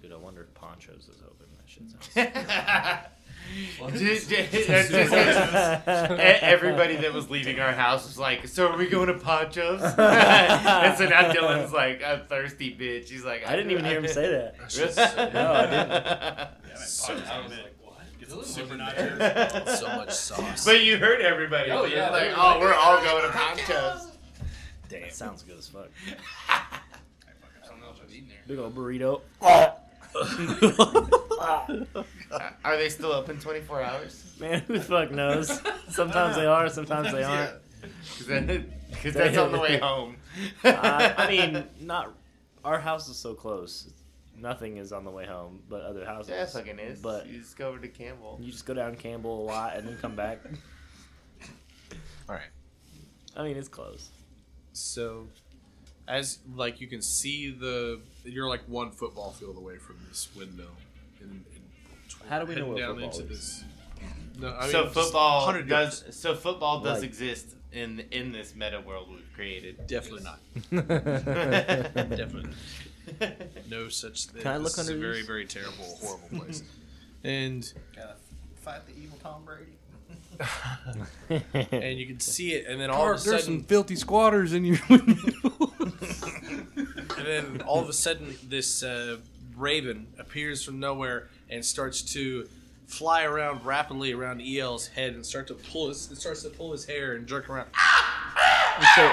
Dude, I wonder if Ponchos is open. That shit sounds. Dude, dude, that's just- e- Everybody that was leaving our house was like, "So are we going to Ponchos?" and so now Dylan's like a thirsty bitch. He's like, I didn't even hear him say that. no, I Yeah, So I was good. like, what? Get Dylan some super wasn't nachos. so much sauce. But you heard everybody. Oh, They're yeah, like, they were oh, like, we're all going to Ponchos. Damn. Sounds good as fuck. I fucking I don't don't know if I've eaten there. Big old burrito. Uh, Are they still open 24 hours? Man, who the fuck knows? Sometimes they are, sometimes they aren't. Because that's on the way home. Uh, I mean, not. Our house is so close. Nothing is on the way home, but other houses. yeah, it fucking is. But you just go over to Campbell. you just go down Campbell a lot and then come back. All right. I mean, it's close. So, as like you can see the you're like one football field away from this window. And, and tw- How do we know heading what down football into is? this? No, I mean, so just football 100 does. yards. So football does Like- exist in in this meta world we've created. definitely not. Definitely no such thing. Can I look this under is a very these? very terrible horrible place. and Gotta fight the evil Tom Brady. and you can see it, and then all of a sudden filthy squatters in your window. And then all of a sudden, this uh, raven appears from nowhere and starts to fly around rapidly around EL's head and start to pull his it starts to pull his hair and jerk around, so,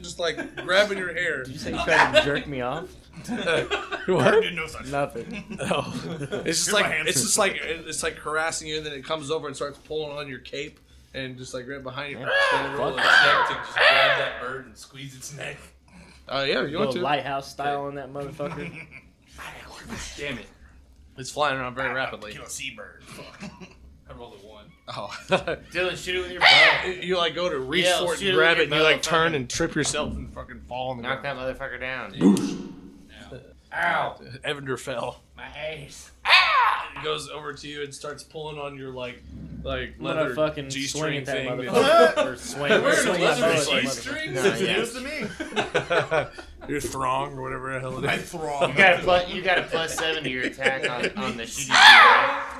just like grabbing your hair. Uh, did you say you tried to jerk me off? What? Didn't know such Nothing. It's just Here's my like hand. it's just like it's like harassing you, and then it comes over and starts pulling on your cape and just like right behind you. Fuck Oh that. tactic. Just grab that bird and squeeze its neck. yeah, you want Little to? lighthouse style on that motherfucker. Damn it. It's flying around very rapidly. Kill a seabird. Fuck. I rolled a one. Oh. Dylan, shoot it with your bow. You like go to reach Yeah, for it shoot and it grab with it, and your you motherfucker. like turn and trip yourself and fucking fall on the Knock ground. that motherfucker down. Ow! Evander fell. My ass. He goes over to you and starts pulling on your like, like I'm gonna leather fucking swing g-string at that thing. motherfucker. or swing, or Where's swing the at that leather motherfucker. g-string? Nah, That's yeah. news to me. that- your throng or whatever the hell it is. Throng. You got a plus, you got a plus seven to your attack on, on the shooting. Right?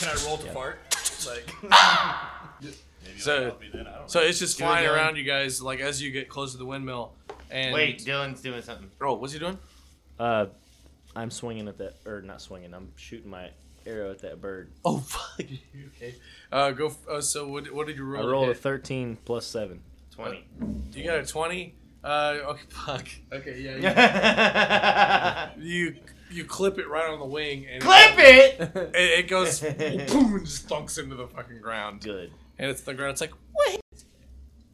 Can I roll to fart? It's like. Maybe So- so, help me then. I don't So it's just Do it flying again. around you guys, like as you get close to the windmill. And Wait, Dylan's doing something. oh, what's he doing? Uh, I'm swinging at that, or not swinging. I'm shooting my arrow at that bird. Oh fuck. okay. Uh, go. F- uh, so what? What did you roll? I to rolled a hit? 13 plus seven. Twenty. you got a twenty. Uh, okay. Fuck. Okay. Yeah. You, Clip you you clip it right on the wing and it. It, it goes boom and just thunks into the fucking ground. Good. And it's the ground. It's like, wait,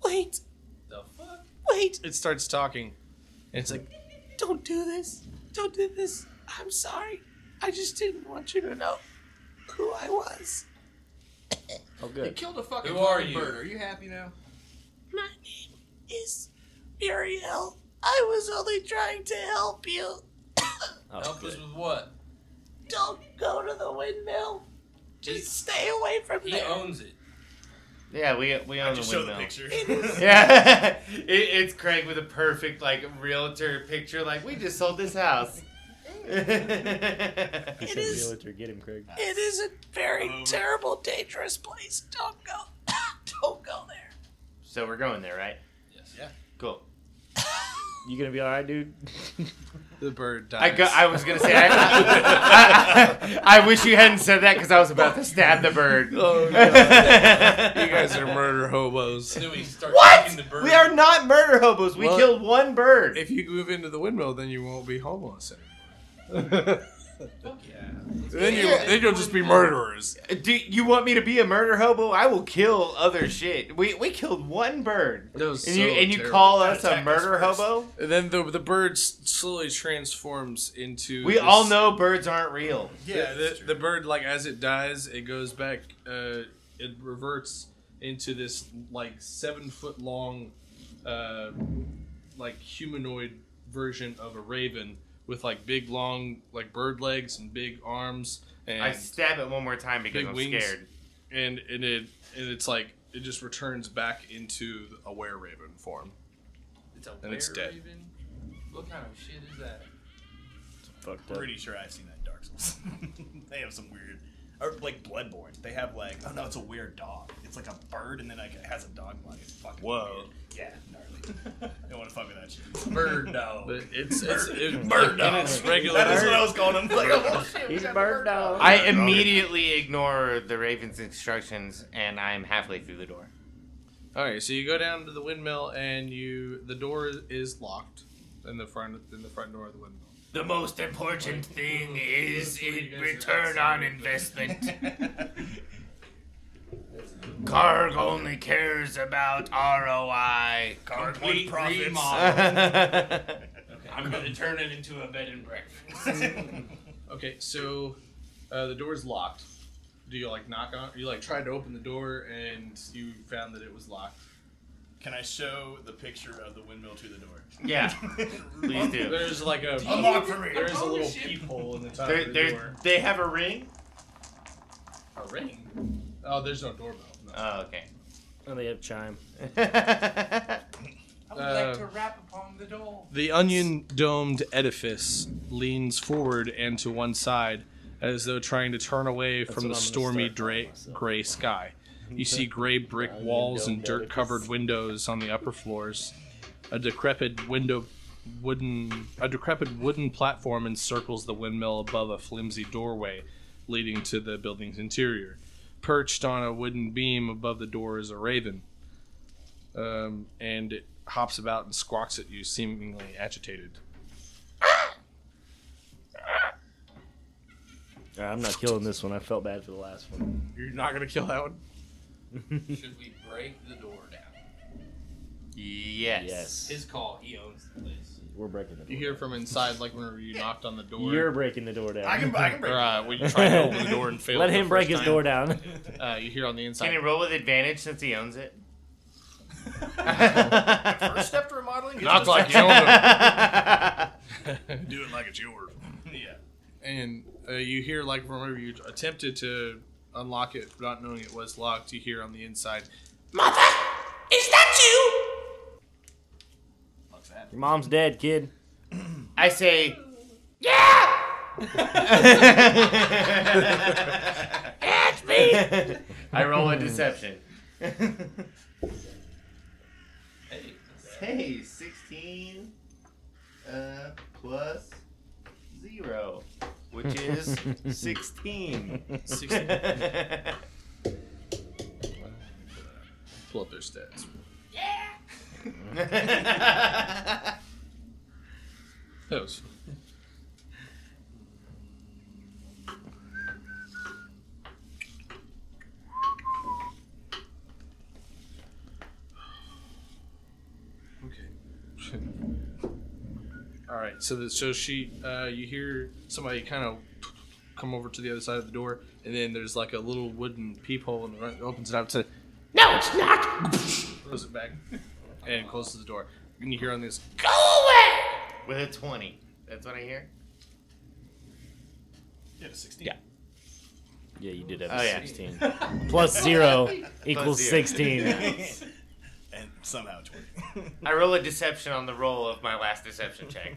wait, know. The fuck? wait. It starts talking. And it's like, don't do this. Don't do this. I'm sorry. I just didn't want you to know who I was. You Oh, good. killed a fucking Who are hummingbird. you? Are you happy now? My name is Muriel. I was only trying to help you. Oh, Help us good. with what? Don't go to the windmill. Just stay away from He there. owns it. Yeah, we we own the windmill. picture. Yeah, it, it's Craig with a perfect like realtor picture. Like we just sold this house. He said is- realtor, get him, Craig. It is a very Over. terrible, dangerous place. Don't go. Don't go there. so we're going there, right? yes. Yeah. Cool. You gonna be all right, dude? The bird dies. I go, I was gonna say I, I, I, I wish you hadn't said that because I was about to stab the bird. Oh, you you guys are murder hobos. Then we start What? taking the bird. We are not murder hobos. We Well- killed one bird. If you move into the windmill, then you won't be homeless anymore. Fuck yeah. then you then you'll just be murderers. uh, Do you want me to be a murder hobo? I will kill other shit. We we killed one bird. That was and so you and you terrible. call us a Attack murder us first. hobo? And then the the bird s- slowly transforms into. We this- all know birds aren't real. Yeah, the, the bird like as it dies, it goes back. Uh, it reverts into this like seven foot long, uh, like humanoid version of a raven with like big long like bird legs and big arms and I stab it one more time because Big I'm wings. scared. and and it and it's like it just returns back into a were raven form. It's a And it's dead. were-raven? What kind of shit is that? Fucked up. Pretty sure I've seen that in Dark Souls. they have some weird, or like Bloodborne. They have like, oh no, it's a weird dog. It's like a bird, and then like, it has a dog body. It's fucking Whoa. weird. Yeah, gnarly. Don't want to fuck with that shit. Bird dog. But it's it's it, Bird in dog. its regular. That's what I was calling him. Like, oh, shit, He's bird dog. I immediately ignore the raven's instructions, and I'm halfway through the door. All right, so you go down to the windmill and you the door is locked in the front in the front door of the windmill. The most important thing is in return on investment. Karg only cares about ROI. complete profits. I'm gonna turn it into a bed and breakfast. Okay, so uh, the door's locked. Do you like knock on? You like tried to open the door and you found that it was locked. Can I show the picture of the windmill to the door? Yeah, please do. There's like a Unlock for me. there is a little peephole in the top They're, of the they're, door. they have a ring. A ring? Oh, there's no doorbell. No. Oh, okay. Oh, they have chime. I would Uh, like to rap upon the door. The onion domed edifice leans forward and to one side as though trying to turn away what from the I'm gonna stormy start calling dra- myself. gray sky. You see gray brick walls and Onion-domed edifice. dirt covered windows on the upper floors. A decrepit window wooden a decrepit wooden platform encircles the windmill above a flimsy doorway leading to the building's interior. Perched on a wooden beam above the door is a raven. Um, and it hops about and squawks at you, seemingly agitated. Alright, I'm not killing this one. I felt bad for the last one. You're not gonna kill that one. Should we break the door down? yes. Yes. His call. He owns the place. We're breaking the door. You hear from inside, like whenever you knocked on the door. You're breaking the door down. I can, I can break. or, uh, when you tried to open the door and failed. Let the him first break his time. door down. Uh, you hear on the inside. Can he roll with advantage since he owns it? First step to remodeling. is Knock just- like you own them. Do it like it's yours. yeah. and uh, you hear like whenever you attempted to unlock it, not knowing it was locked. You hear on the inside. Fuck that. Your mom's dead, kid. I say, yeah! Catch me! I roll a deception. Hey, what's that? hey, 16 uh, plus 0, which is 16. 16. Pull up their stats. That was. Okay. All right. So the, so she, uh, you hear somebody kind of come over to the other side of the door, and then there's like a little wooden peephole, and it opens it up to. No, it's not. Throws it back, and closes the door. And you hear on this. With a 20. That's what I hear? Yeah, to 16. Yeah. Yeah, you did have Oh, a yeah. 16. Plus zero equals zero. 16. and somehow it's working. I roll a deception on the roll of my last deception check.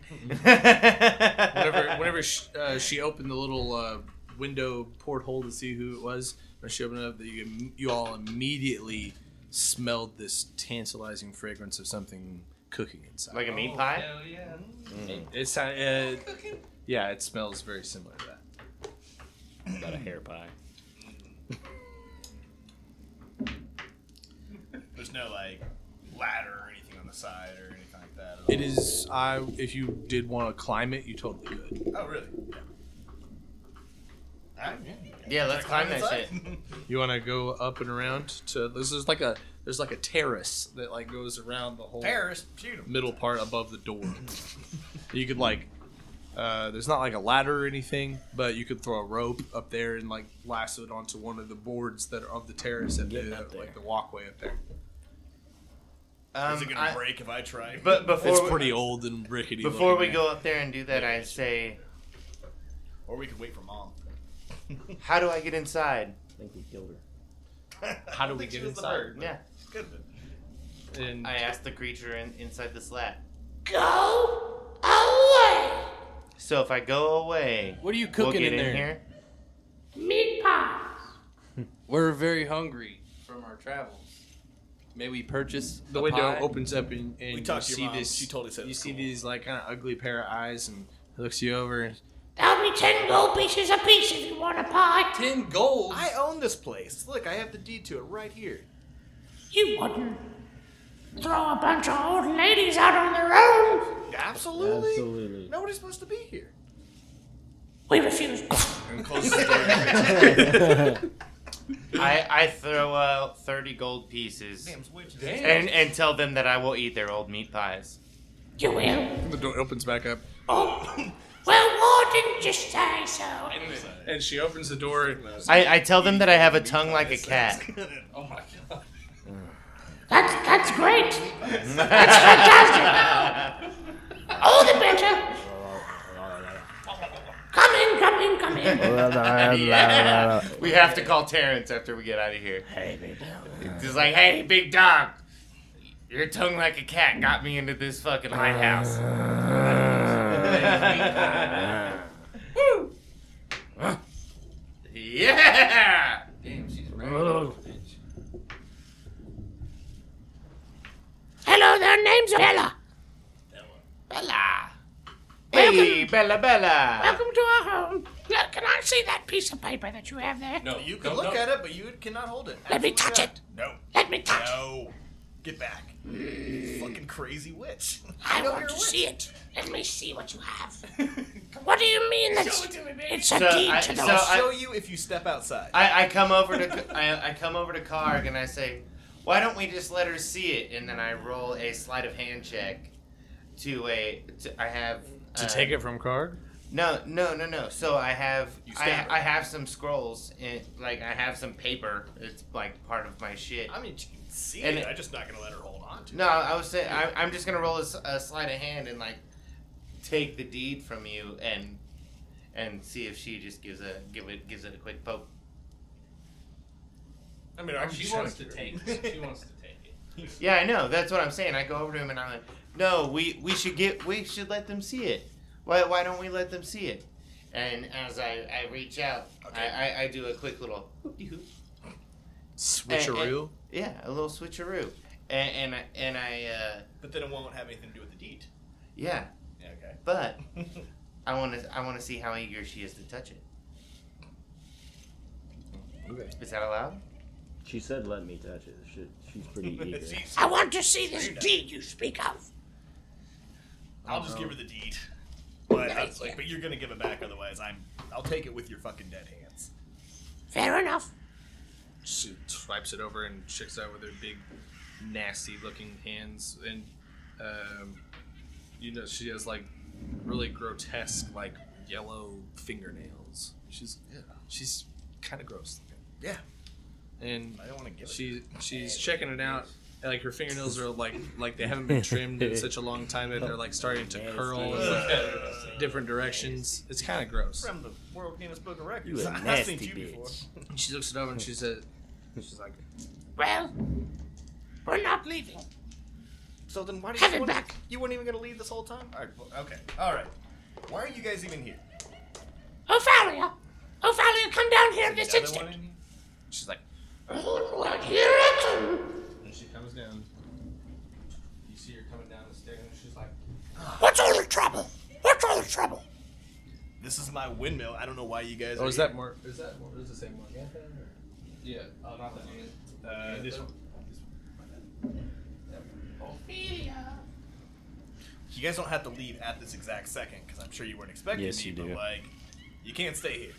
whenever whenever she, uh, she opened the little uh, window porthole to see who it was, when she opened it up, you, you all immediately smelled this tantalizing fragrance of something cooking inside. like a meat Oh, pie? Hell yeah. Mm. it's uh, Cooking. yeah, it smells very similar to that. About a hair pie. There's no like ladder or anything on the side or anything like that. at It all. is. I if you did want to climb it, you totally could. Oh really? Yeah. Alright, yeah. Yeah, let's climb that shit. You want to go up and around to. There's, there's like a there's like a terrace that like goes around the whole. Paris, shoot him. middle part above the door. you could like, uh, there's not like a ladder or anything, but you could throw a rope up there and like lasso it onto one of the boards that are of the terrace at Getting the, up there. like the walkway up there. Um, Is it gonna I- break if I try? But before It's we- pretty old and rickety. Before looking, we man. go up there and do that, I say, or we could wait for mom. how do I get inside? I think we killed her. How do we Think she get was the inside? bird, but Yeah. Could have been. and I asked the creature in, inside the slat. Go away! So if I go away, What are you we'll cooking get in, in there? here. Meat pies. We're very hungry from our travels. May we purchase the a window pie? opens up and, and We you talked to your see mom. this. She totally said it you was see cool. these like kind of ugly pair of eyes and looks you over. And, That'll be ten gold pieces apiece if you want a pie. Ten gold. I own this place. Look, I have the deed to it right here. You wouldn't throw a bunch of old ladies out on their own. Absolutely. Absolutely. Nobody's supposed to be here. We refuse. And closes the door. I, I throw out 30 gold pieces Damn, it's way too- and, and tell them that I will eat their old meat pies. You will. the door opens back up. Oh, well, War didn't just say so. And she opens the door. I, I tell them that I have a tongue like a cat. oh my god. That's that's great. That's fantastic. All the better. Come in, come in, come in. Yeah. We have to call Terrence after we get out of here. Hey, baby. He's like, hey, big dog, your tongue like a cat got me into this fucking lighthouse. Oh, Woo. yeah! Damn, she's Oh. right. Hello, their name's Bella. Bella. Hey, Bella Bella! Welcome to our home. Look, can I see that piece of paper that you have there? No, You can look at it, but you cannot hold it. Let me touch it. No. Let me touch it. No. Oh, Get back. You Fucking crazy witch. I know want you're to a witch. see it. Let me see what you have. What do you mean that's it's a So deed I- to so those? I'll I- show you if you step outside. I, I come over to I, I come over to Karg and I say, why don't we just let her see it? And then I roll a sleight of hand check to a to, I have to uh, take it from Card. No, no, no, no. So I have You I, stab her. I have some scrolls and like I have some paper. It's like part of my shit. I mean, you can see And it. it- I'm just not gonna let her hold on to it. No, I was saying I, I'm just gonna roll a, s- a sleight of hand and like take the deed from you and and see if she just gives a give it gives it a quick poke. I mean, I'm She just wants trying to take it. She wants to take it. Yeah, I know. That's what I'm saying. I go over to him and I'm like, no, we we should get we should let them see it. Why why don't we let them see it? And as I, I reach out, Okay. I, I, I do a quick little hoop Switcheroo. Yeah, a little switcheroo. And and I, and I uh, But then it won't have anything to do with the deed. yeah, Yeah, okay. but I want to I want to see how eager she is to touch it. Okay. Is that allowed? She said, "Let me touch it." She, she's pretty eager. She's- I want to see this deed you speak of. I'll just give her the deed. But that's like, but you're gonna give it back otherwise. I'm. I'll take it with your fucking dead hands. Fair enough. She swipes it over and checks out with her big, nasty-looking hands, and um, you know she has like really grotesque, like yellow fingernails. She's she's kind of gross looking, Yeah. and I don't want to give she she's checking it out. and, Like her fingernails are like like they haven't been trimmed in such a long time that they're like starting to curl in like, different directions. It's kind of it. gross. From the World Guinness Book of Records. You a I've seen nasty you before. bitch. She looks it over and she says, she's like, Well, we're not leaving. So then why did Have you it want- back. You weren't even gonna leave this whole time. All right. well, okay. All right. Why are you guys even here? Ophelia! Ophelia, come down here this Another one instant. in here? she's like, Oh, well, here I come. And she comes down. You see her coming down the stairs, and she's like, What's all the trouble? What's all the trouble? This is my windmill. I don't know why you guys. "Oh, are is here. that more? Is that more? Is the same one?" Yeah. Oh, not that one. Uh, this one. Ophelia. You guys don't have to leave at this exact second because I'm sure you weren't expecting Yes, me. you but do. like, you can't stay here.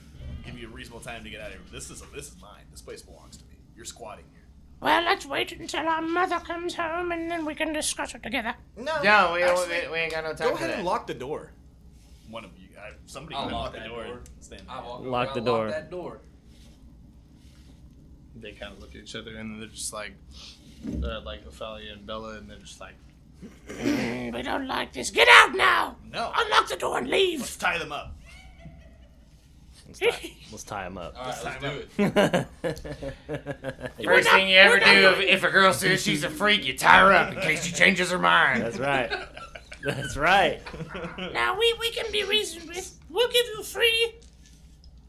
Give you a reasonable time to get out of here. This is this is mine. This place belongs to me. You're squatting here. Well, let's wait until our mother comes home and then we can discuss it together. No, No, we, don't we, we ain't got no time go for ahead that. and lock the door. One of you, I, somebody I'll can lock lock the that door. door. and Stand I there. walk Lock over, the I door. Lock that door. they kind of look at each other and they're just like, uh, like Ophelia and Bella, and they're just like, We don't like this. Get out now! No. Unlock the door and leave! Let's tie them up. Let's tie, let's tie him up. All right, let's time do up. it. That's First thing you ever do if, if a girl says she's a freak, you tie her up in case she changes her mind. right. That's right. Now we, we can be reasoned with. We'll give you free,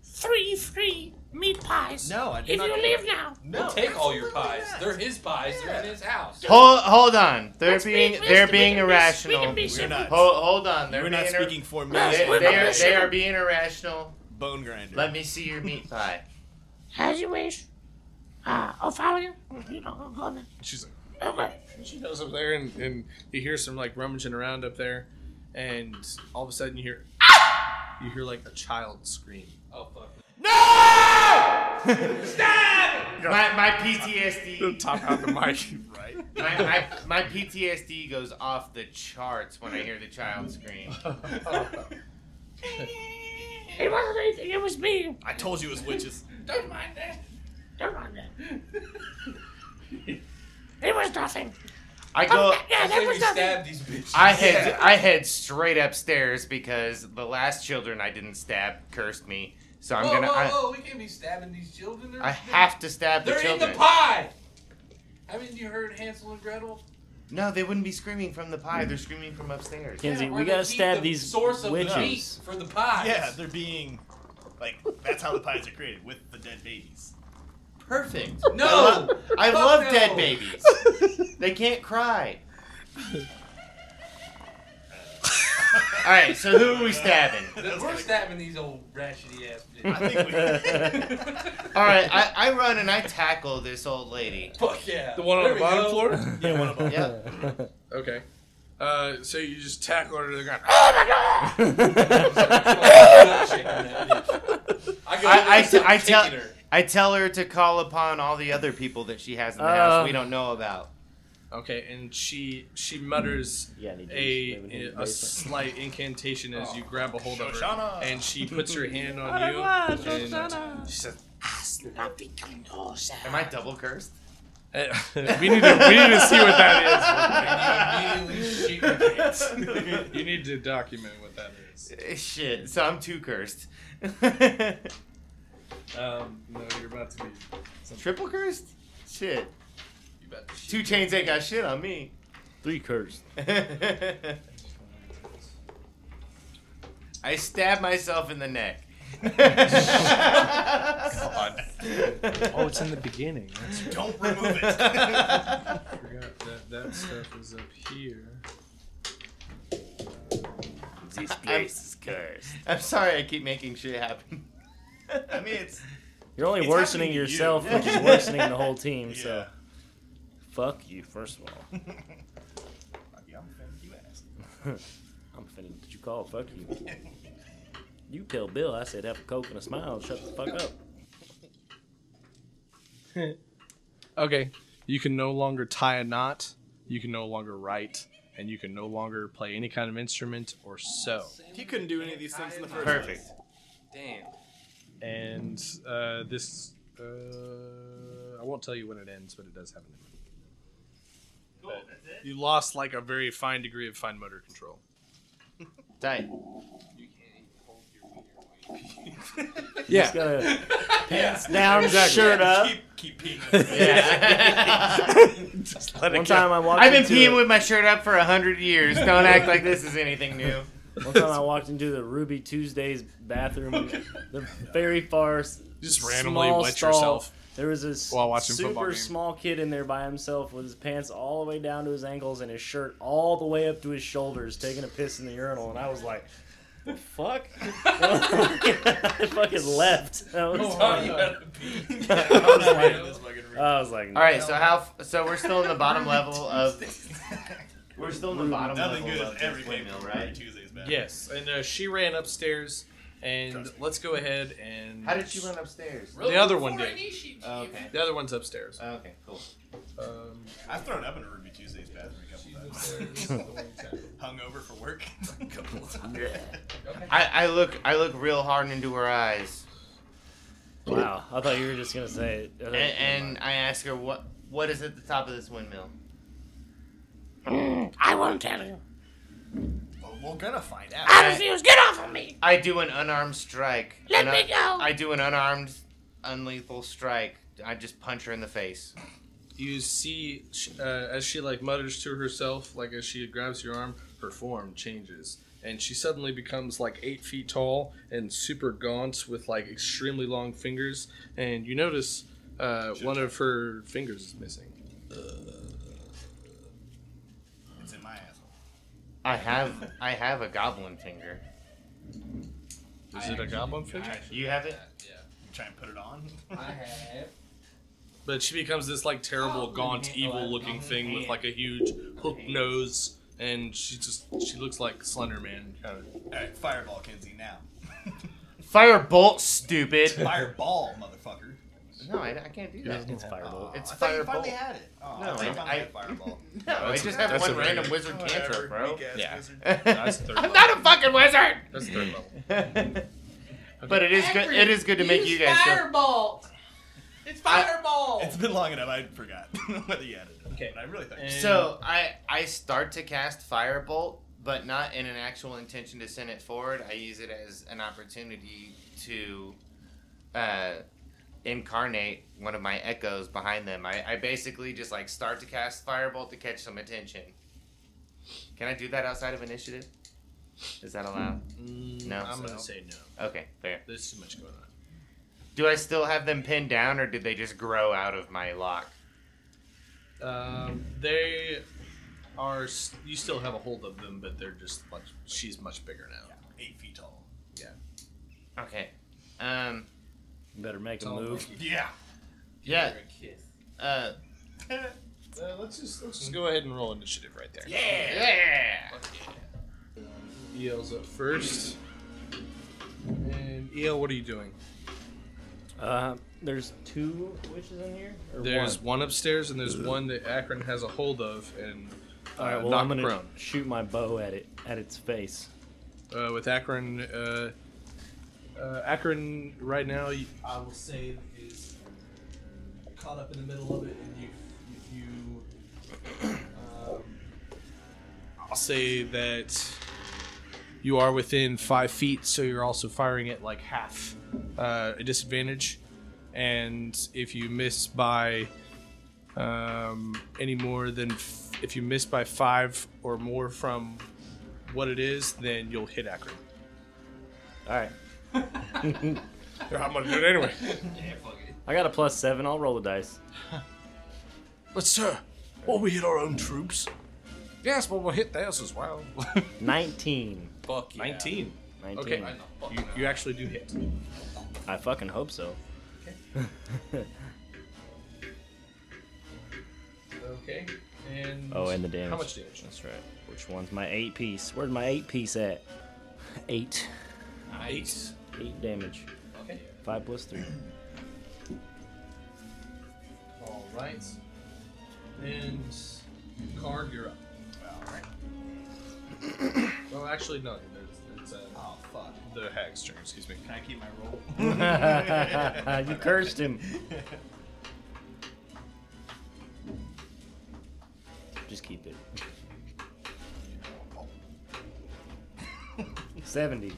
three free meat pies. No, I do If not. you leave now. no, We'll take all your absolutely pies. not. They're his pies. They're in his house. Hold, hold on. They're Let's be being reasoned. they're We being can be- irrational. We can be We're civil. not. Hold, hold on. They're We're not being ir- speaking for me. They, We're they not are, they listening. are being irrational. Bone grinder. Let me see your meat pie. As you wish. Uh, Ophelia, you don't go there. she's like, Okay. she goes up there, and, and you hear some like rummaging around up there, and all of a sudden you hear, "Ah!" you hear like a child scream. Oh fuck. My, my PTSD. Top out the mic. right. My, my, my PTSD goes off the charts when I hear the child scream. It wasn't anything, it was me. I told you it was witches. Don't mind that. Never mind that. it was nothing. I go. yeah, I Oh that say we was nothing. stab these bitches. I head I head straight upstairs because the last children I didn't stab cursed me. So I'm whoa, gonna. whoa, I- whoa! We can't be stabbing these children. They're- I have to stab the They're in children. the pie. Haven't you heard Hansel and Gretel? No, they wouldn't be screaming from the pie. They're screaming from upstairs. Kenzie, Yeah, we where gotta they keep stab the these source of witches. the meat for the pies. Yeah, they're being like that's how the pies are created with the dead babies. Perfect. No! I Fuck love no. dead babies. They can't cry. All right, so who are we stabbing? We're stabbing these old ratchety ass I bitches. think we. All right, I, I run and I tackle this old lady. Fuck yeah. The one on There the we bottom go. floor. yeah, one of them. Okay. Uh, so you just tackle her to the ground. I, I- go in there I and t- start I tell- kicking her. I tell her to call upon all the other people that she has in the house we don't know about. Okay, and she she mutters Yeah, they do. They live in the a a basement. slight incantation as you grab a hold of her, Shoshana. and she puts her hand on you, and she says, Snappy Condorsa. Am I double cursed? eh, "We need to we need to see what that Immediately shoot your pants. is. You need to document what that is." Eh, Shit, so I'm too cursed. Um, no, you're about to be. Triple cursed? Shit. You about to shoot. Two chains ain't got shit on me. Three cursed. I stab myself in the neck. Oh, it's in the beginning. That's right. Don't remove it. I forgot that that stuff is up here. This place is cursed. I'm sorry I keep making shit happen. I mean, it's You're only It's worsening happening to yourself, you. which is worsening the whole team. So yeah. fuck you, first of all. yeah I'm offended you asked. I'm offended that you call. Fuck you. You tell Bill I said have a coke and a smile and shut the fuck up. Okay. You can no longer tie a knot, you can no longer write, and you can no longer play any kind of instrument or sew. He couldn't do any of these things in the first Perfect. Damn. And uh, this, uh, I won't tell you when it ends, but it does have an end. You lost like a very fine degree of fine motor control. Tight. You can't even hold your wiener. while you- Just gotta pants down, shirt up. Keep, keep peeing. Yeah. One time I walked. I've been into peeing a- with my shirt up for a hundred years. Don't act like this is anything new. One time I walked into the Ruby Tuesdays bathroom, the very far s- Just small randomly wet stall. yourself. There was this While watching football super game. small kid in there by himself with his pants all the way down to his ankles and his shirt all the way up to his shoulders, taking a piss in the urinal, and I was like, "The fuck!" I fucking left. I was, Oh, you like, gotta be- I was like, Yeah. I was like, All right, so how? f- So we're still in the bottom level of. We're still in the bottom Nothing level good of is every this game, windmill, right? right? Tuesday's bad. Yes. And uh, she ran upstairs, and Trust me. let's go ahead and. How did you run upstairs? The other one Before did. I issue Oh, you. okay. The other one's upstairs. Oh, okay, cool. Um, I've thrown up in a Ruby Tuesdays bathroom a couple times. Hungover for work. a couple of times. I, I look I look real hard into her eyes. Wow, I thought you were just gonna say. And, and I ask her what what is at the top of this windmill. Mm, I won't tell you. Well, we're gonna find out. I refuse. Get off of me. I do an unarmed strike. Let An- me go. I do an unarmed, unlethal strike. I just punch her in the face. You see, sh- uh, as she like mutters to herself, like as she grabs your arm, her form changes, and she suddenly becomes like eight feet tall and super gaunt with like extremely long fingers. And you notice uh, one of her fingers is missing. It's in my asshole. I have I have a goblin finger. Is it a goblin finger? You have it? Try and put it on. But she becomes this like terrible, gaunt, evil-looking thing with like a huge hook nose, and she just she looks like Slender Man kind of. All right, fireball, Kenzie. Now, Firebolt, stupid. fireball, motherfucker. No, I, I can't do that. It's Firebolt. It's Oh, I thought you fireball. finally had it. Oh, No, I, think I- finally I- had fireball. No, I just have that's one a very- random wizard cantrip, bro. Yeah. third I'm not a fucking wizard. That's third level. But it is good. It is good to make you guys. Feel, Firebolt. It's fireball. It's been long enough. I forgot whether you had it. Okay, but I really thought. so I I start to cast firebolt, but not in an actual intention to send it forward. I use it as an opportunity to uh, incarnate one of my echoes behind them. I, I basically just like start to cast firebolt to catch some attention. Can I do that outside of initiative? Is that allowed? No. Mm, I'm So- gonna say no. Okay, fair. There's too much going on. Do I still have them pinned down, or did they just grow out of my lock? Um, they are. s- You still have a hold of them, but they're just much. She's much bigger now. Eight feet tall. Okay. Um. Better make a move. Yeah. Yeah. Uh. Uh, let's just let's just go ahead and roll initiative right there. Um, Yeah. Eel's up first. And Eel, what are you doing? Uh, there's two witches in here. Or There's one. one upstairs, and there's one that Akron has a hold of and uh, All right, well, knocked I'm gonna prone. shoot my bow at it at its face. Uh, with Akron, uh, uh, Akron right now. You, I will say is caught up in the middle of it, and you you. Um, I'll say that you are within five feet, so you're also firing at like half uh, a disadvantage. And if you miss by um, any more than f- if you miss by five or more from what it is, then you'll hit Akron. All right, I'm gonna do it anyway. I got a plus seven. I'll roll the dice. But sir, will we hit our own troops? Yes, but we'll hit theirs as well. Nineteen. fuck yeah. Nineteen. Nineteen. Okay, you, you actually do hit. I fucking hope so. Okay. And Oh, and the damage. How much damage? That's right. Which one's my eight piece? Where's my eight piece at? Eight. Nice. Eight damage. Okay. Five plus three. All right. And Karg, you're up. Well, actually, no. There's, there's, uh, Oh fuck. the hag's turn. Excuse me. Can I keep my roll? you cursed him. Just keep it. Seventy.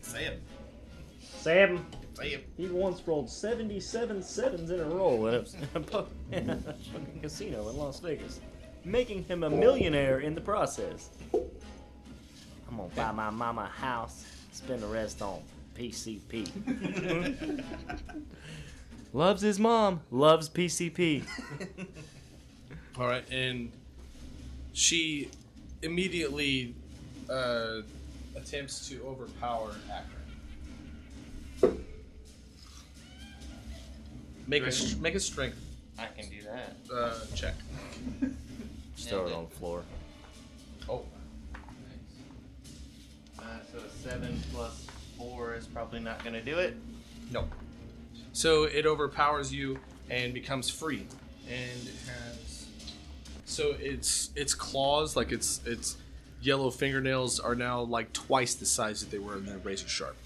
Say it. Sam. Say it. He once rolled 77 sevens in a row at a, po- in a fucking casino in Las Vegas, making him a millionaire in the process. I'm gonna buy my mama a house, spend the rest on PCP. loves his mom, loves PCP. All right, and she immediately uh, attempts to overpower Akron. Make a str- make a strength I can do that. uh, check. Just throw it on the floor. Oh, Uh, so seven plus four is probably not gonna do it. No. So it overpowers you and becomes free, and it has. So its its claws, like its its yellow fingernails are now like twice the size that they were and they're razor sharp.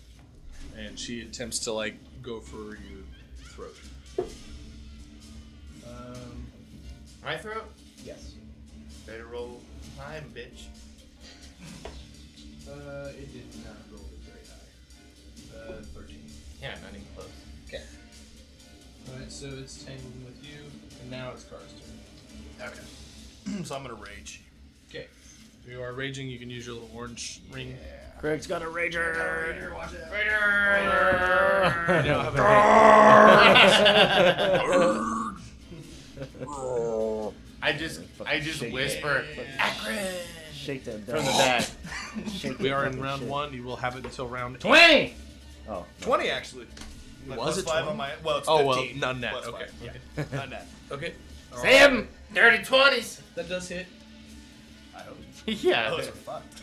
And she attempts to like go for your throat. Um, My throat? Yes. Better roll time, bitch. Uh, it did not roll very high. Uh, 13. Yeah, not even close. Alright, so it's tangled with you, and now it's Car's turn. Okay. so I'm gonna rage. Okay. if you are raging, you can use your little orange ring. Craig's got a rager. Here, watch out. You know, have a- I just, I just whisper Shake that from the dog. back. Shake we that are in fucking round shit. one. You will have it until round Twenty. Oh, Twenty actually. My Was plus it five 20? on my? Well, it's Oh, well, 15. none that, plus okay. Five. Yeah, none that. Okay. Sam, dirty twenties. That does hit. I hope. yeah, Those are fucked.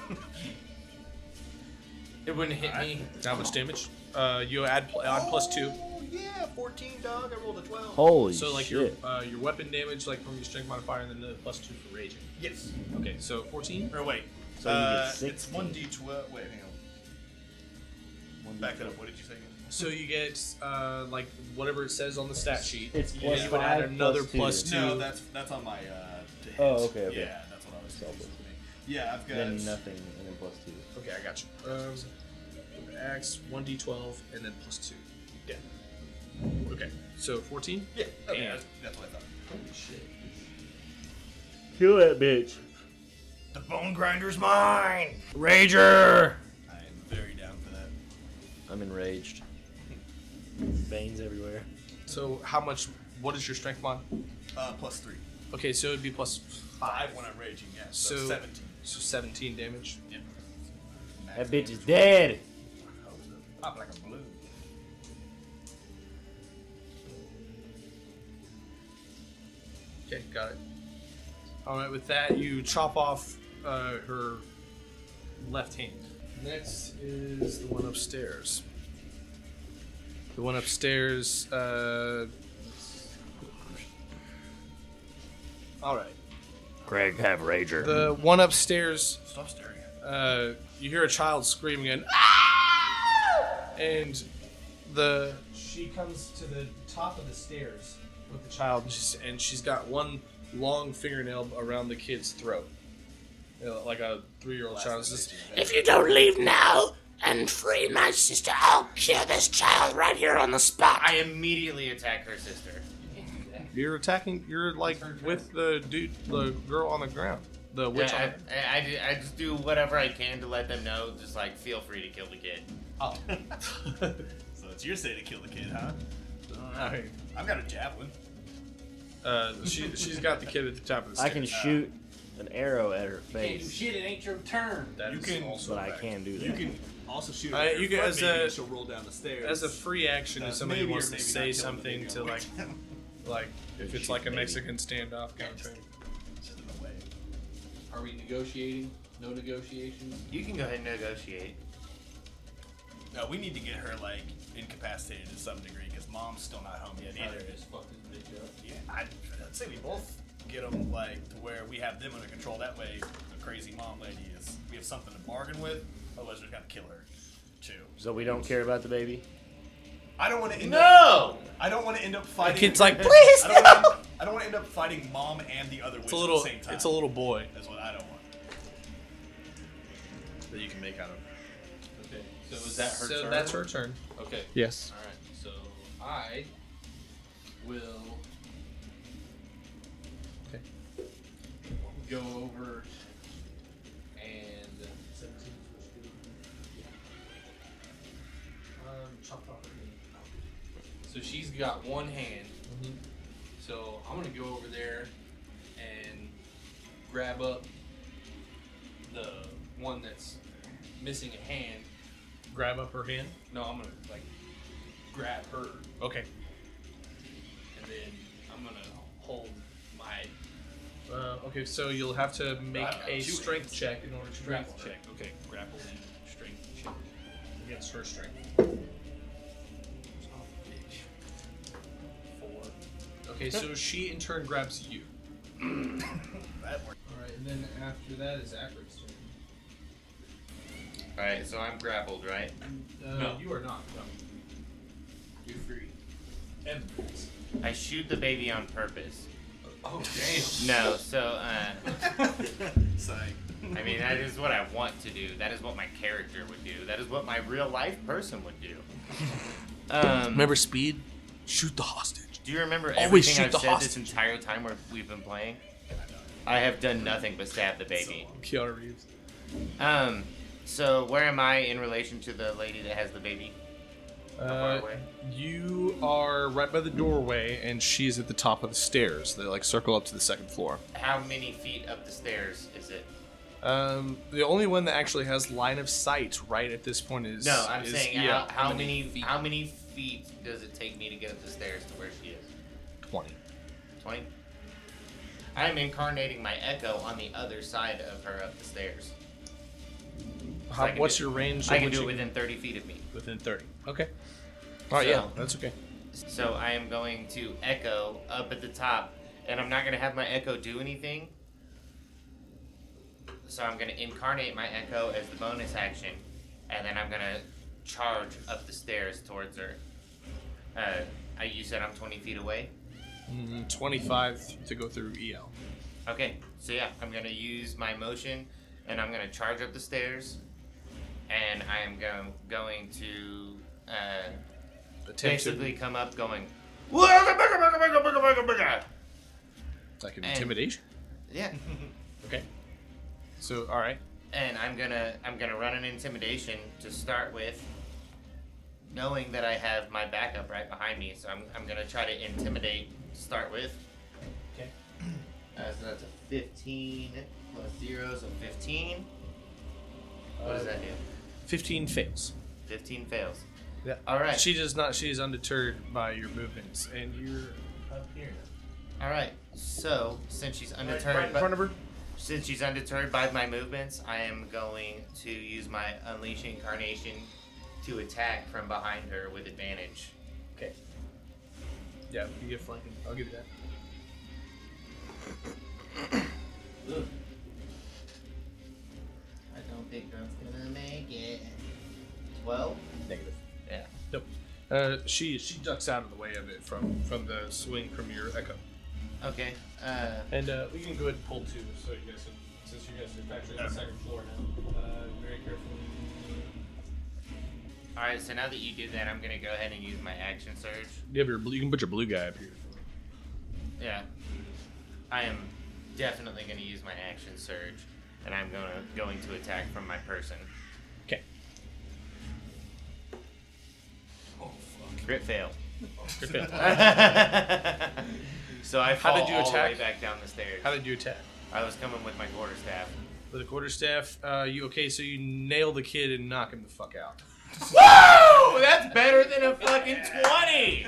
it wouldn't hit me. How much damage? Uh, you add pl- add plus two. Oh, yeah, fourteen, dog. I rolled a twelve. holy So like your shit! uh, your weapon damage, like from your strength modifier, and then the plus two for raging. Yes. Okay, so fourteen. Or wait. So you uh, get it's one d twelve. Wait, hang on. Back that up. What did you say? again? So you get uh, like whatever it says on the stat sheet. It's and plus you would add five, another plus plus two. No, that's that's on my. Uh, to hit. Oh, okay, okay. Yeah, that's what I was So saying. it's- Yeah, I've got. Then nothing, and then plus two. okay, I got you. Um, axe one d twelve and then plus two. Yeah. Okay, so fourteen. Yeah, okay, Damn. that's, that's what I thought. Kill that bitch. The bone grinder's mine. Rager. I am very down for that. I'm enraged. Veins everywhere. So how much? What is your strength mod? Uh, plus three. Okay, so it'd be plus Five when I'm raging. Yeah, so, So- seventeen. so seventeen damage. Yeah. That bitch is dead. Pop like a balloon. Okay, got it. All right, with that, you chop off uh, her left hand. Next is the one upstairs. The one upstairs. Uh... All right. Craig have rager. The one upstairs Stop staring at me. uh, you hear a child screaming and "Ah!" and the she comes to the top of the stairs with the child and she's, and she's got one long fingernail around the kid's throat You know, like a three-year-old child It's just- If you don't leave now and free my sister, I'll kill this child right here on the spot. I immediately attack her sister. you're attacking you're like with the dude the girl on the ground the witch on Yeah, the- I, I, I, ju- I just do whatever I can to let them know. Just like feel free to kill the kid. so it's your say to kill the kid, huh? All right. I've got a javelin. uh, she, she's got the kid at the top of the I stairs can shoot an arrow at her Can't do face, shit, it ain't your turn. That you is can- also but I back. can do that. You can also shoot her. Uh, with you your can- front as maybe, a- and she'll roll down the stairs. as a free action Uh, if somebody maybe or wants to maybe say not kill them, something maybe to I'll like wait. like if Good it's like a shit, baby. Mexican standoff kind of thing. Send them away. Are we negotiating? No negotiation? You can go ahead and negotiate. No, we need to get her like incapacitated to some degree because mom's still not home yet Tyler either. just fucked this bitch up. Yeah, I'd, I'd say we both get them like to where we have them under control. That way, the crazy mom lady is we have something to bargain with. Otherwise, we're gonna kill her too. So we don't care about the baby. I don't want to end up. No. I don't want to end up fighting. kid's like, "Please, I don't wanna end- I don't want to end up fighting mom and the other witch It's a little at the same time. it's a Oh, little boy That's what I don't want. that you can make out of. Okay, so is that her so turn? that's her turn. Okay, Yes. alright, so I will Okay. go over and. Um, chopped off her hand. So she's got one hand. So I'm gonna go over there and grab up the one that's missing a hand. Grab up her hand. No, I'm gonna like grab her and Okay. then I'm gonna hold my Uh, okay, so you'll have to make I've got a two strength check in order to Strength grapple her. check. Okay, grappling strength check. against her strength. Son of a bitch. Four. Okay, so she in turn grabs you. That works. Alright, and then after that is Aperic's turn. Alright, so I'm grappled, right? Uh, No. you are not. No. You're free. And I shoot the baby on purpose. Oh damn. No, so uh, It's like, I mean that is what I want to do. That is what my character would do. That is what my real life person would do. Um, Remember Speed? Shoot the hostage. Do you remember Always everything shoot I've the said hostage. this entire time where we've been playing? I have done nothing but stab the baby. Keanu Reeves. Um, so where am I in relation to the lady that has the baby? Uh, you are right by the doorway, and she's at the top of the stairs. They like circle up to the second floor. How many feet up the stairs is it? Um, the only one that actually has line of sight right at this point is No, I'm is- saying yeah, how, how many how many feet does it take me to get up the stairs to where she is? twenty. Twenty. I'm incarnating my echo on the other side of her up the stairs. So I How, can what's do- your range? I of can what do it you within 30 feet of me. within thirty. Okay. All right, yeah, So- that's okay. So I am going to echo up at the top, and I'm not going to have my echo do anything. So I'm going to incarnate my echo as the bonus action, and then I'm going to charge up the stairs towards her. Uh, I- you said I'm 20 feet away? Mm, Twenty-five to go through E EL. Okay, so yeah, I'm going to use my motion, and I'm going to charge up the stairs, and I am go- going to. Uh, Attempt to, basically come up going, "Wugga, bugga, bugga, bugga, bugga, bugga, bugga." like an and- intimidation. yeah, Okay. So all right. and I'm gonna I'm gonna run an intimidation to start with, knowing that I have my backup right behind me, so I'm I'm gonna try to intimidate to start with. Okay. Uh, so that's a 15 plus zero, so 15. What does that do? Fifteen fails. 15 fails. Yeah. All right. She does not. She is undeterred by your movements, and you're up here. All right. So since she's Right, undeterred, right in but- front of her. Since she's undeterred by my movements, I am going to use my Unleash Incarnation to attack from behind her with advantage. Yeah, you get flanking. I'll give you that. I don't think that's gonna make it. 12? Negative. Yeah. Nope. Uh, she she ducks out of the way of it from from the swing from your echo. Okay. Uh, And uh, we can go ahead and pull Two, so you guys can, since you guys are actually on the second floor now, uh, very careful. Alright, so now that you did that, I'm gonna go ahead and use my action surge. You have your blue, you can put your blue guy up here. Yeah. I am definitely gonna use my action surge, and I'm gonna going to attack from my person. Okay. Oh fuck. Crit fail. Good fail. so I fall did you all attack? the way back down the stairs. How did you attack? I was coming with my quarterstaff. With a quarterstaff, uh, you okay? So you nail the kid and knock him the fuck out. Whoa! That's better than a fucking 20!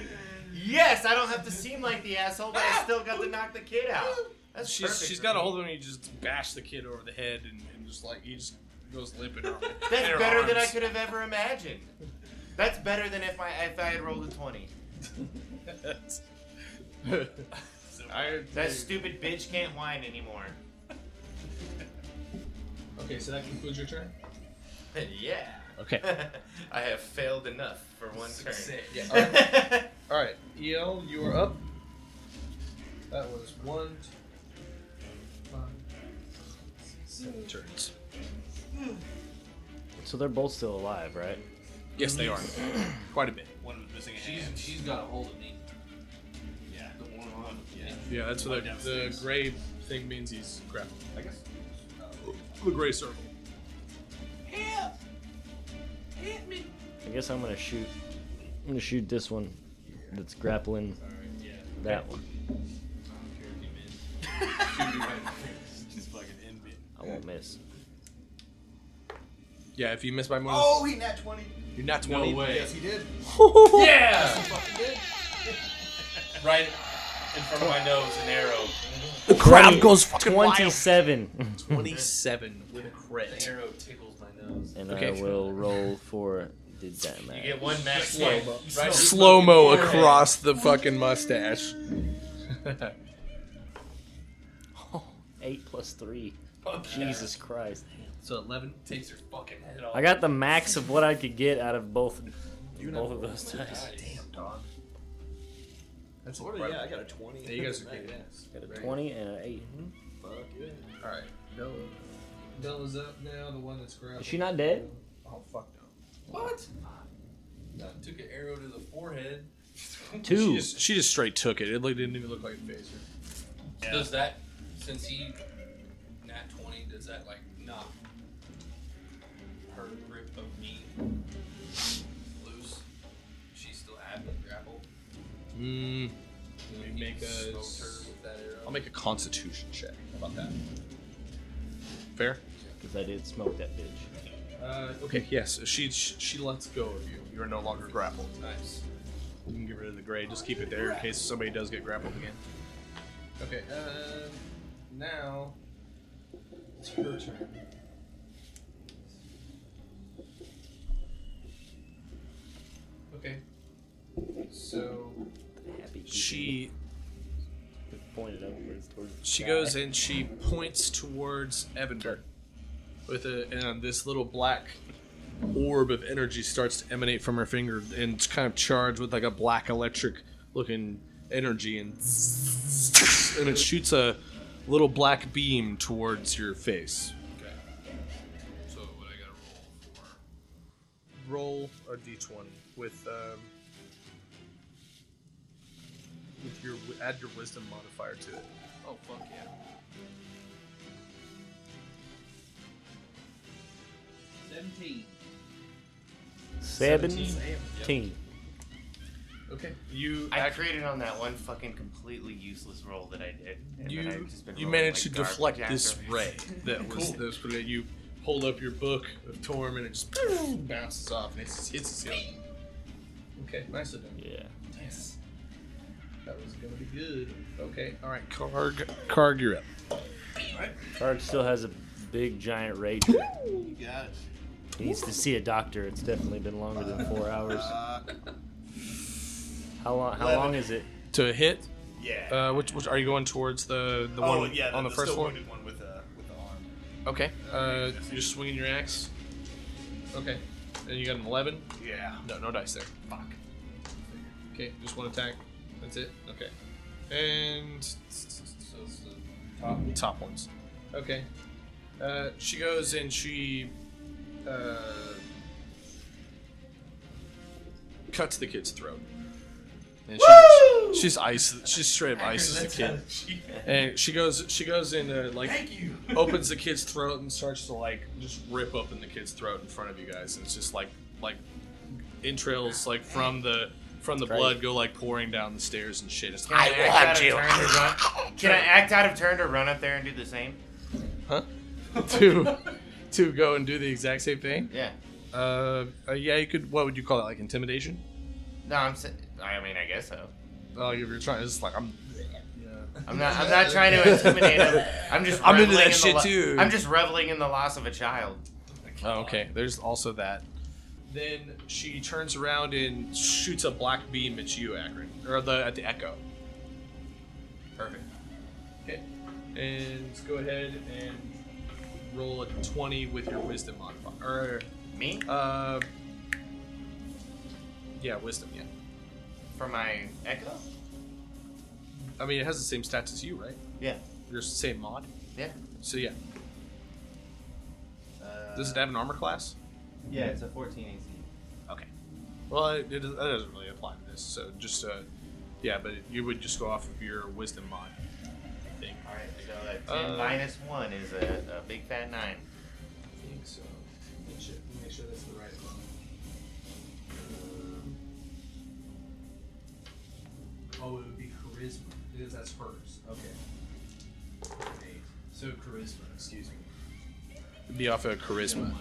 Yes, I don't have to seem like the asshole, but I still got to knock the kid out. That's She's perfect she's for got a me. hold of him. and You just bash the kid over the head and, and just like he just goes limping. on it. That's In her better than I arms. could have ever imagined. That's better than if, my, if I had rolled a 20. I, That stupid bitch can't whine anymore. okay, so that concludes your turn. yeah. Okay. I have failed enough for one Success. All right. turn. All right, El, E you are up. That was one, two, five, seven turns. So they're both still alive, right? Yes, they are. Quite a bit. one was missing a She's hand. she's got a hold of me. Yeah. The one on. Yeah. Oh, Yeah, that's what the, the gray thing means. He's grappled. I guess. The gray circle. I guess I'm gonna shoot. I'm gonna shoot this one. That's grappling All right. Yeah. that one. I don't care if you miss. She's fucking in bit. I won't miss. Yeah, if you miss by more, than- Oh, he nat 20. you're not No twenty. way. Yes, he did. Yeah. right in front of my nose, an arrow. The crowd goes fucking wild. twenty-seven, Twenty-seven with a The crit. arrow tickles my nose. and Okay. I will roll for the you damage. get one max Slow hit. mo. Right Slow mo Forehead. across the fucking mustache. Eight plus three. Fuck yeah. Jesus Christ. So eleven. Takes her fucking head off. I got the max of what I could get out of both You both of those dice. Damn, dog. That's Florida, yeah, I got a 20. Yeah, you guys are Nice. kicking Got a twenty and an eight. Fuck yeah. All right. No. Bella's up now, the one that's grabbing. Is she not dead? Oh fuck no. What? No, took an arrow to the forehead. She Two. just, she just straight took it. It looked- didn't even look like a phaser. Does that, since he nat 20, does that like knock her grip of me loose? She's still having the grapple. Mm, And Make- he make a- smoked her with that arrow. I'll make a Constitution check. How about that? Fair. Because I did smoke that bitch. Uh, okay. Yes. She she lets go of you. You are no longer grappled. Nice. You can get rid of the gray. Just keep it there in case somebody does get grappled again. Okay, uh, now it's her turn. Okay. So Happy. She people pointed upwards towards. the she sky. goes and she points towards Evander with a and this little black orb of energy starts to emanate from her finger and it's kind of charged with like a black electric looking energy and and it shoots a little black beam towards your face. okay. So what I gotta roll for? Roll a d20 with um with your add your wisdom modifier to it. Oh fuck yeah. Seventeen. Seventeen. Okay. You I act- created on that one fucking completely useless roll that I did. And then you I've just been you rolling managed like to deflect garbage this after. ray that was that was put in. You hold up your book of Torm and it just bounces off and it just hits the ceiling. Okay, nicely done. Yeah. Yes. That was gonna be good. Okay, all right, Karg, Karg, you're up. Sarge still has a big giant rager. You got it. He needs to see a doctor. It's definitely been longer than four hours. Fuck. How long? How Eleven. long is it? To hit, Yeah. uh, which, which are you going towards the the oh, one yeah, on the, first still floor? wounded one with, uh, with the arm. Okay, uh, you're swinging your axe. Okay, and you got an eleven. Yeah. No, no dice there. Fuck. Okay, just one attack. That's it. Okay, and So it's the top. top ones. Okay. Uh, she goes and she uh, cuts the kid's throat. And she, she's ice. She's straight up ices the kid. And she goes. She goes in uh, like Thank you. opens the kid's throat and starts to like just rip open the kid's throat in front of you guys. And it's just like like entrails like from the from the Right. blood go like pouring down the stairs and shit. It's Can I, act out of turn to run? Can I act out of turn to run up there and do the same? to to go and do the exact same thing. Yeah. Uh, uh, yeah, you could. What would you call it? Like intimidation? No, I'm. s- I mean, I guess so. Oh, if you're trying, it's like I'm. I'm not. I'm not trying to intimidate him. I'm just. I'm into reveling that in the shit lo- too. I'm just reveling in the loss of a child. Oh, okay. There's also that. Then she turns around and shoots a black beam at you, Akron, or the at the Echo. Perfect. Okay. And go ahead and roll a twenty with your Wisdom modifier. Me Or, uh, yeah, Wisdom. Yeah. for my echo. I mean, it has the same stats as you, right? Yeah. Your same mod. Yeah. So yeah. Uh, Does it have an armor class? Yeah, it's a 14 AC. Okay. Well, it, it, does- that doesn't really apply to this. So just, uh, yeah, but you would just go off of your wisdom mod. I think. All right, so that 10 Uh, minus one is a, a big fat nine. I think so. Make sure, make sure that's the right one. Oh, it would be charisma because that's first. Okay. Eight. So charisma, excuse me. It'd be off of charisma. Minus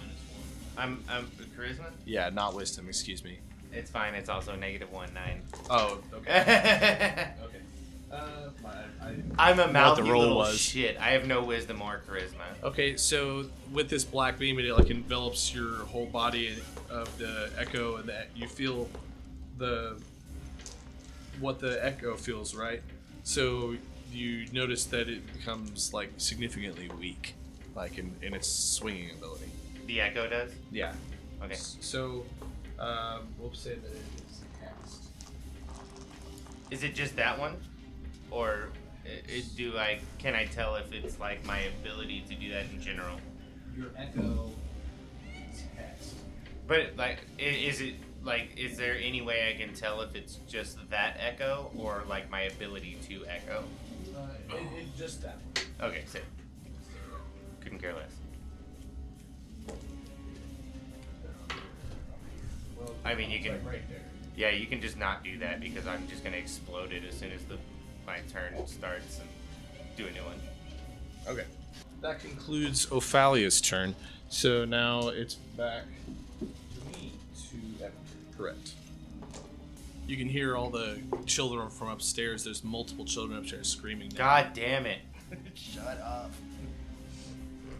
I'm. I'm charisma. Yeah, not wisdom. Excuse me. It's fine. It's also negative one nine. Oh, okay. I'm one. Okay. Uh, my, I, a mouthy roll little was. shit. I have no wisdom or charisma. okay, so with this black beam, it like envelops your whole body of the echo, and that you feel the what the echo feels, right? So you notice that it becomes like significantly weak. like in, in its swinging ability. The echo does. Yeah. Okay. So, um, we'll say that it is cast. Is it just that one, or i- i do I can I tell if it's like my ability to do that in general? Your echo test. But like, i- is it like is there any way I can tell if it's just that echo or like my ability to echo? Uh, it, it just that. Okay, so couldn't care less. Well, I mean, you it's can- like right there. Yeah, you can just not do that because I'm just gonna explode it as soon as the my turn starts and do a new one. Okay. That concludes Ophalia's turn. So now it's back to me to act. Correct. You can hear all the children from upstairs. There's multiple children upstairs screaming. now. God damn it! Shut up.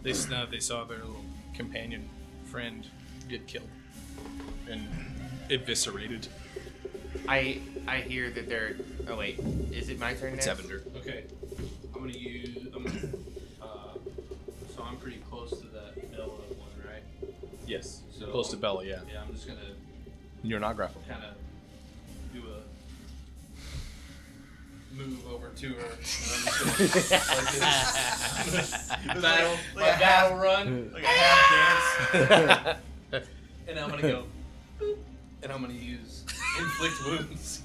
They s- now that they saw their little companion friend get killed and eviscerated. I I hear that they're. Oh wait, is it my turn next? Okay, I'm gonna use. I'm gonna, uh, so I'm pretty close to that Bella one, right? Yes. So- Close to Bella, yeah. Yeah, I'm just gonna You're not grappled. kind of do a move over to her. And I'm just gonna, like this, I'm gonna battle, my like a battle run, Like a half dance. and I'm gonna go. boop, And I'm gonna use inflict wounds.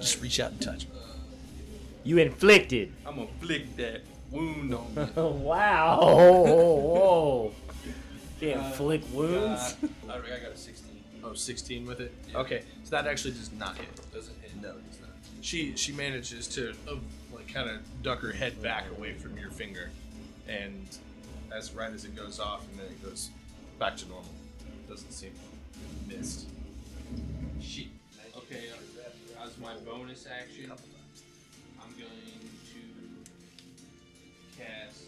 Just reach out and touch. You inflicted. I'm gonna flick that wound on you. wow. Whoa. Can't Uh, flick Uh, wounds. I I got a 16. Oh, 16 with it? Yeah. Okay. So that actually does not hit. Doesn't hit. No, it's not. She she manages to uh, like kind of duck her head back away from your finger, and as right as it goes off, and then it goes back to normal. Doesn't seem missed. Shit. Okay, uh, as my bonus action, I'm going to cast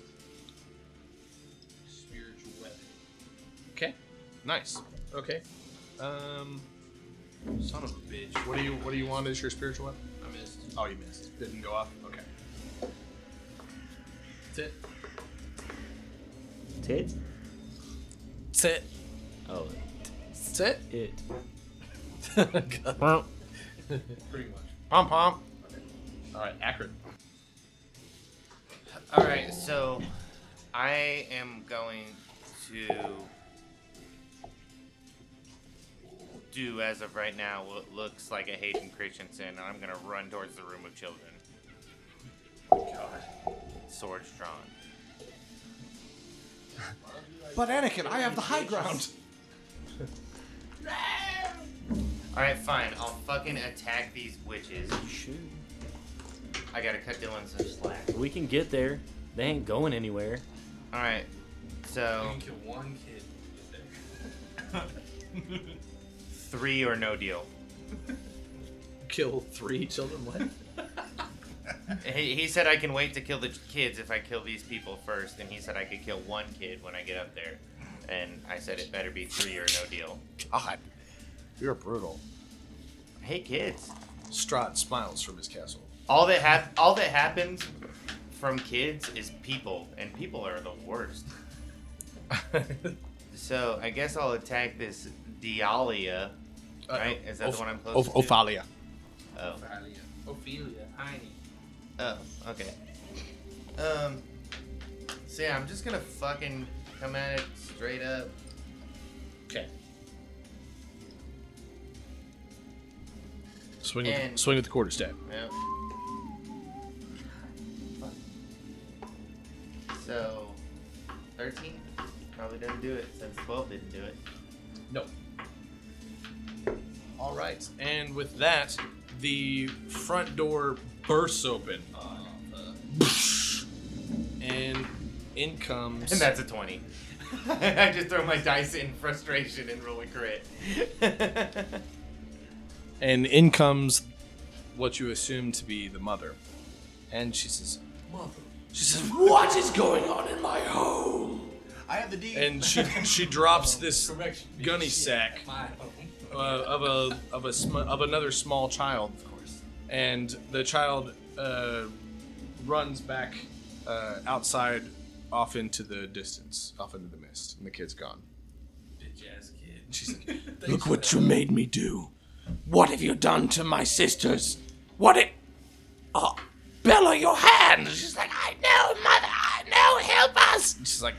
spiritual weapon. Okay. Nice. Okay. Um. Son of a bitch. What do you What do you want as your spiritual weapon? I missed. Oh, you missed. Didn't go off. Okay. That's it. Tits? That's it. Oh, That's it. it. Pretty much. Pom pom. All right, Akron. All right, so I am going to do as of right now what looks like a Hayden Christensen, and I'm gonna run towards the room of children. God, swords drawn. But Anakin, I have the high ground. All right, fine. I'll fucking attack these witches. I gotta cut Dylan some slack. We can get there. They ain't going anywhere. All right, You so can kill one kid. with that. three or no deal. Kill three children. What? He, he said I can wait to kill the kids if I kill these people first, and he said I could kill one kid when I get up there. And I said it better be three or no deal. God, you're brutal. Hey kids, Strahd smiles from his castle. all that hap- all that happens from kids is people, and people are the worst. So I guess I'll attack this Dialia. Right? Is that the one I'm close to? Uh, Ophalia. Oh, Ophelia. Ophelia. Heine. oh, okay. Um, so yeah, I'm just gonna fucking come at it straight up. Okay. Swing with, And- swing with the quarter staff. Yep. So, 13 probably doesn't do it since 12 didn't do it. No. All right. And with that, the front door bursts open. Oh, and in comes. And that's a 20. I just throw my dice in frustration and roll a crit. and in comes what you assume to be the mother. And she says, Mother. She says, What is going on in my home? I have the D. And she she drops this Correction. gunny Shit. sack My uh, of a of a sm- of another small child, Of course. and the child uh, runs back uh, outside, off into the distance, off into the mist, and the kid's gone. Bitch ass kid. She's like, Look what you made me do. What have you done to my sisters? What it. Oh, Bella, your hand! She's like, I know, mother, I know, help us! she's like,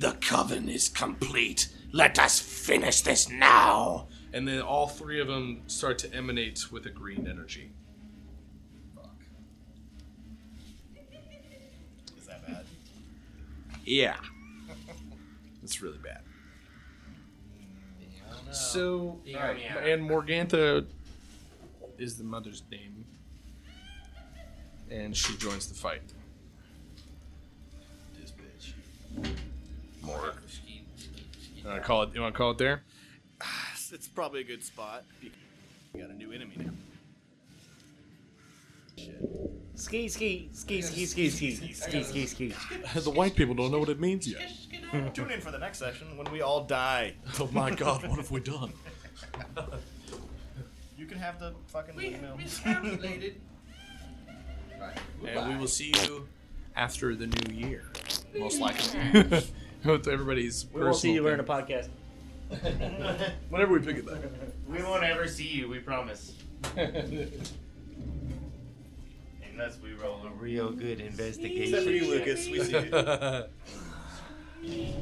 The coven is complete. Let us finish this now. and then all three of them start to emanate with a green energy. Is that bad? Yeah, it's really bad. So, You got me out. and Morgantha is the mother's name, and she joins the fight. This bitch. Morg. Skeet, skeet, skeet. You want to Uh, call it? You want to call it there? It's probably a good spot. We got a new enemy now. Ski, ski, ski, ski, ski, ski, ski, ski, ski. the white people don't know what it means yet. Tune in for the next session when we all die. Oh my god, what have we done? You can have the fucking We, windmill. we calculated. right. And we will see you after the new year, most likely. With everybody's We will see you in personal a podcast. thing. whenever we pick it up. We won't ever see you, we promise. Unless we roll a real good investigation. Except for you, Lucas. We see you. All